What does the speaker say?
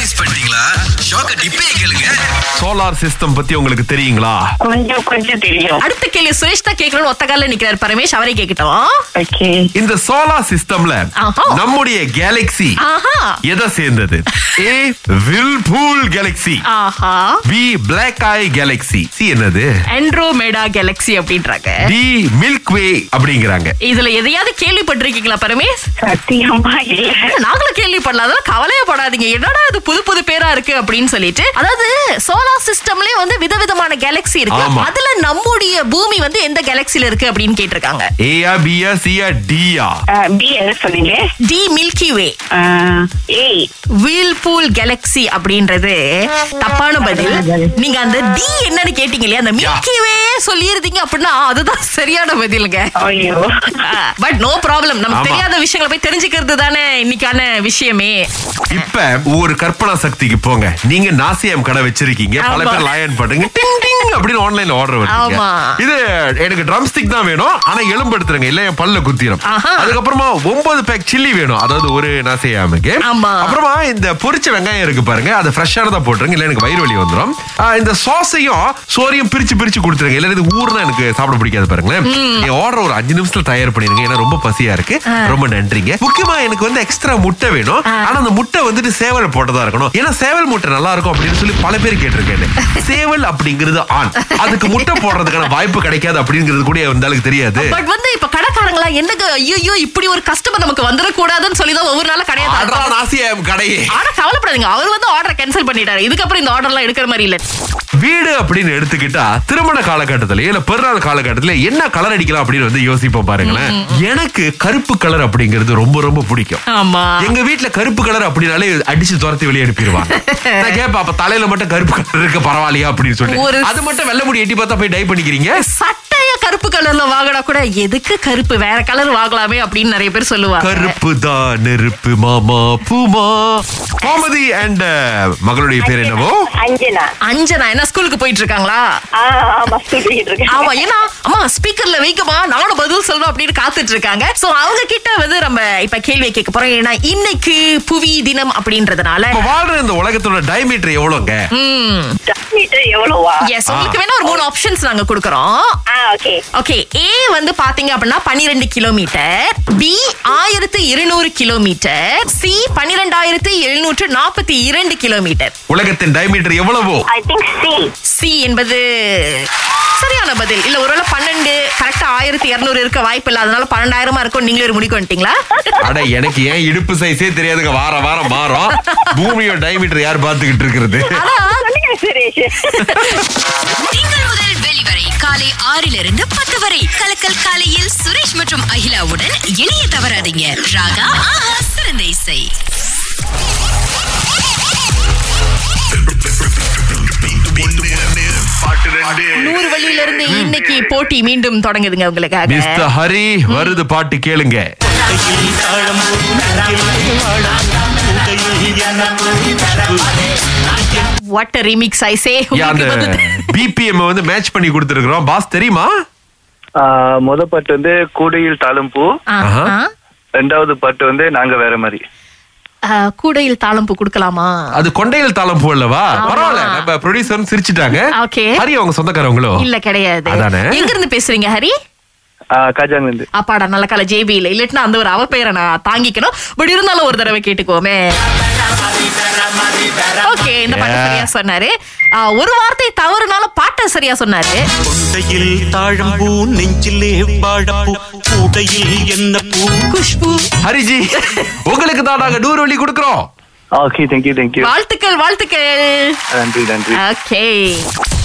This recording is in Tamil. மிஸ் பண்ணிட்டீங்களா ஷாக்க டிப்பே கேளுங்க சோலார் சிஸ்டம் பத்தி உங்களுக்கு தெரியுங்களா கொஞ்சம் கொஞ்சம் தெரியும் அடுத்த கேள்வி சுரேஷ் தான் கேட்கணும்னு ஒத்த காலில் நிக்கிறாரு பரமேஷ் அவரே கேட்கட்டும் ஓகே இந்த சோலார் சிஸ்டம்ல ஆஹா. நம்முடைய கேலக்ஸி ஆஹா எதை சேர்ந்தது ஏ வில்பூல் கேலக்ஸி ஆஹா B black eye galaxy C என்னது ஆண்ட்ரோமேடா கேலக்ஸி அப்படின்றாங்க டி மில்க் வே அப்படிங்கிறாங்க இதுல எதையாவது கேள்விப்பட்டிருக்கீங்களா பரமேஷ் சத்தியமா இல்ல நாங்களும் கேள்விப்படல அதெல்லாம் கவலையே படாதீங்க என்னடா அது புது புது பேரா இருக்கு அப்படின்னு சொல்லிட்டு அதாவது சோலார் சிஸ்டம்லயே வந்து விதவிதமான கேலக்ஸி இருக்கு ஆமா. அதுல நம்முடைய பூமி வந்து எந்த கேலக்ஸில இருக்கு அப்படின்னு கேட்டிருக்காங்க ஏயா பியா சியா டியா பி என்ன சொன்னீங்க டி மில்கி வே அஹ், ஏய் வீல்பூல் கேலக்ஸி அப்படின்றது தப்பான பதில் நீங்க அந்த டி என்னன்னு கேட்டீங்க இல்லையா அந்த மில்கி வே சொல்லியிருந்தீங்க அப்படின்னா அதுதான் சரியான பதிலுங்க ஐயோ பட் நோ ப்ராப்ளம் நமக்கு ஆமா. தெரியாத விஷயங்களை போய் தெரிஞ்சுக்கிறது தானே இன்னைக்கான விஷயமே இப்ப ஒரு கற்பனா சக்திக்கு போங்க நீங்க நாசியம் கடை வச்சிருக்கீங்க பல ஆமா. பேர் லாயன் பண்ணுங்க டிங் டிங் அப்படின்னு ஆன்லைன்ல ஆர்டர் வருது ஆமா. இது எனக்கு ட்ரம் ஸ்டிக் தான் வேணும் ஆனா எலும்பு எடுத்துருங்க இல்ல என் பல்ல குத்திரும் ஆஹா. அதுக்கப்புறமா ஒன்பது பேக் சில்லி வேணும் அதாவது ஒரு நாசியாமுக்கு ஆமா. அப்புறமா இந்த பொரிச்ச வெங்காயம் இருக்கு பாருங்க அதை ஃப்ரெஷ்ஷானதா போட்டுருங்க இல்ல எனக்கு வயிறு வலி வந்துரும் ஆ, இந்த சாஸையும் சோறையும் பிரிச்சு பிரிச்சு கொடுத்துருங்க இல்ல இது ஊர்னா எனக்கு சாப்பிட பிடிக்காது பாருங்களேன் என் ஆர்டர் ஒரு அஞ்சு நிமிஷத்துல தயார் பண்ணிருங்க ஏன்னா ரொம்ப பசியா இருக்கு ரொம்ப நன்றிங்க முக்கியமா எனக்கு வந்து எக்ஸ்ட்ரா முட்டை வேணும் ஆனா அந்த முட்டை வந்துட்டு சேவல் போட்டதா இருக்கணும் ஏன்னா சேவல் முட்டை நல்லா இருக்கும் அப்படின்னு சொல்லி பல பேர் கேட்டிருக்கேன் சேவல் அப்படிங்கிறது ஆண் அதுக்கு முட்டை போடுறதுக்கான வாய்ப்பு கிடைக்காது அப்படிங்கிறது கூட இந்த ஆளுக்கு தெரியாது பட் வந்து இப்ப கடைக்காரங்களா என்னங்க ஐயோ இப்படி ஒரு கஸ்டமர் நமக்கு வந்துடக்கூடாதுன்னு சொல்லி தான் ஒவ்வொரு நாளும் கடையா ஆடுறா திறப்பாங்க. நாசியா கடையே ஆனா கவலைப்படாதீங்க அவர் வந்து ஆர்டர் கேன்சல் பண்ணிட்டாரு இதுக்கப்புறம் இந்த ஆர்டர்லாம் எடுக்கிற மாதிரி இல்ல வீடு அப்படின்னு எடுத்துக்கிட்டா திருமண காலகட்டத்துல இல்ல பெருநாள் காலகட்டத்துல என்ன கலர் அடிக்கலாம் அப்படின்னு வந்து யோசிப்போம் பாருங்களேன் எனக்கு கருப்பு கலர் அப்படிங்கிறது ரொம்ப ரொம்ப பிடிக்கும் ஆமா எங்க வீட்ல கருப்பு கலர் அப்படின்னாலே அடிச்சு துரத்தி வெளியே அனுப்பிடுவாங்க நான் கேப்பேன் அப்ப தலையில மட்டும் கருப்பு கலர் இருக்க பரவாயில்லையா அப்படின்னு சொல்லிட்டு ஒரு- அது மட்டும் வெள்ளை முடி எட்டி பார்த்தா போய் டை பண்ணிக்கிறீங்க சட்டைய கருப்பு கலர்ல வாங்கினா கூட எதுக்கு கருப்பு வேற கலர் வாங்கலாமே அப்படின்னு நிறைய பேர் சொல்லுவாங்க கருப்பு தான் நெருப்பு மாமா பூமா கோமதி அண்ட் மகளுடைய பேர் என்னவோ அஞ்சனா அஞ்சனா என்ன ஸ்கூலுக்கு போயிட்டு இருக்காங்களா ஆ, ஆமா சுத்திட்டு இருக்கேன் ஆமா ஏன்னா அம்மா ஸ்பீக்கர்ல வைக்கமா நானும் பதில் சொல்லணும் அப்படின்னு காத்துட்டு இருக்காங்க சோ அவங்க கிட்ட வந்து நம்ம இப்ப கேள்வி கேட்க போறோம் ஏன்னா இன்னைக்கு புவி தினம் அப்படின்றதுனால இப்ப வாழ்ற இந்த உலகத்தோட டைமீட்டர் எவ்வளவுங்க ம் மீட்டர் எவ்வளவா எஸ் உங்களுக்கு வேணா ஒரு மூணு ஆப்ஷன்ஸ் நாங்க கொடுக்கறோம் ஆ ஓகே ஓகே ஏ வந்து பாத்தீங்க அப்படின்னா பன்னிரெண்டு கிலோமீட்டர் பி ஆயிரத்து இருநூறு கிலோமீட்டர் சி பன்னிரெண்டாயிரத்து எழுநூற்று நாற்பத்தி இரண்டு கிலோமீட்டர் உலகத்தின் டைமீட்டர் எவ்வளவோ ஐ திங்க் சி சி என்பது சரியான பதில் இல்ல ஒருவேளை பன்னெண்டு கரெக்டா ஆயிரத்தி இருநூறு இருக்க வாய்ப்பு இல்ல அதனால பன்னெண்டாயிரமா இருக்கும் நீங்களே ஒரு முடிக்கு வந்துட்டீங்களா அட எனக்கு ஏன் இடுப்பு சைஸே தெரியாதுங்க வார வாரம் மாறும் பூமியோட டைமீட்டர் யார் பாத்துக்கிட்டு இருக்கிறது சொல்லுங்க சுரேஷ் திங்கள் முதல் வெளிவரை காலை ஆறிலிருந்து பத்து வரை கலக்கல் காலையில் சுரேஷ் மற்றும் அகிலாவுடன் இணைய தவறாதீங்க ராகா ஆஹா சிறந்த இசை நூறு வழியில இருந்து இன்னைக்கு போட்டி மீண்டும் தொடங்குதுங்க உங்களுக்காக மிஸ்டர் ஹரி வருது பாட்டு கேளுங்க வாட் ரிமிக்ஸ் ஐசே ஏன் அந்த பிபிஎம் வந்து மேட்ச் பண்ணி கொடுத்துருக்கோம் பாஸ் தெரியுமா ஆஹ் முத பாட்டு வந்து கூடையில் தாளம்பூ ஆஹா. ரெண்டாவது பாட்டு வந்து நாங்க வேற மாதிரி கூடையில் தாளம்பு கொடுக்கலாமா அது கொண்டையில் தாளம் போடலவா ஆமா. பரவாயில்ல நம்ம ப்ரொடியூசர் சிரிச்சிட்டாங்க ஓகே. ஹரி அவங்க சொந்தக்காரவங்களோ இல்ல கிடையாது அதானே? எங்க இருந்து பேசுறீங்க ஹரி காஜாங்க இருந்து அப்பாடா நல்ல கால ஜேபி இல்ல இல்லட்டுனா அந்த ஒரு அவ பெயரை நான் தாங்கிக்கணும் பட் இருந்தாலும் ஒரு தடவை கேட்டுக்கோமே ஓகே இந்த பாட்டு Yeah. சரியா சொன்னாரு ஆ, ஒரு வார்த்தை தவறுனால பாட்டை சரியா சொன்னாரு கொண்டையில் தாழம்பூ நெஞ்சிலே வாழப்பூ கூடையில் என்ன பூ குஷ்பு ஹரிஜி உங்களுக்கு தான் நாங்க நூறு வழி கொடுக்கறோம் ஓகே தேங்க்யூ தேங்க்யூ வாழ்த்துக்கள் வாழ்த்துக்கள் நன்றி நன்றி ஓகே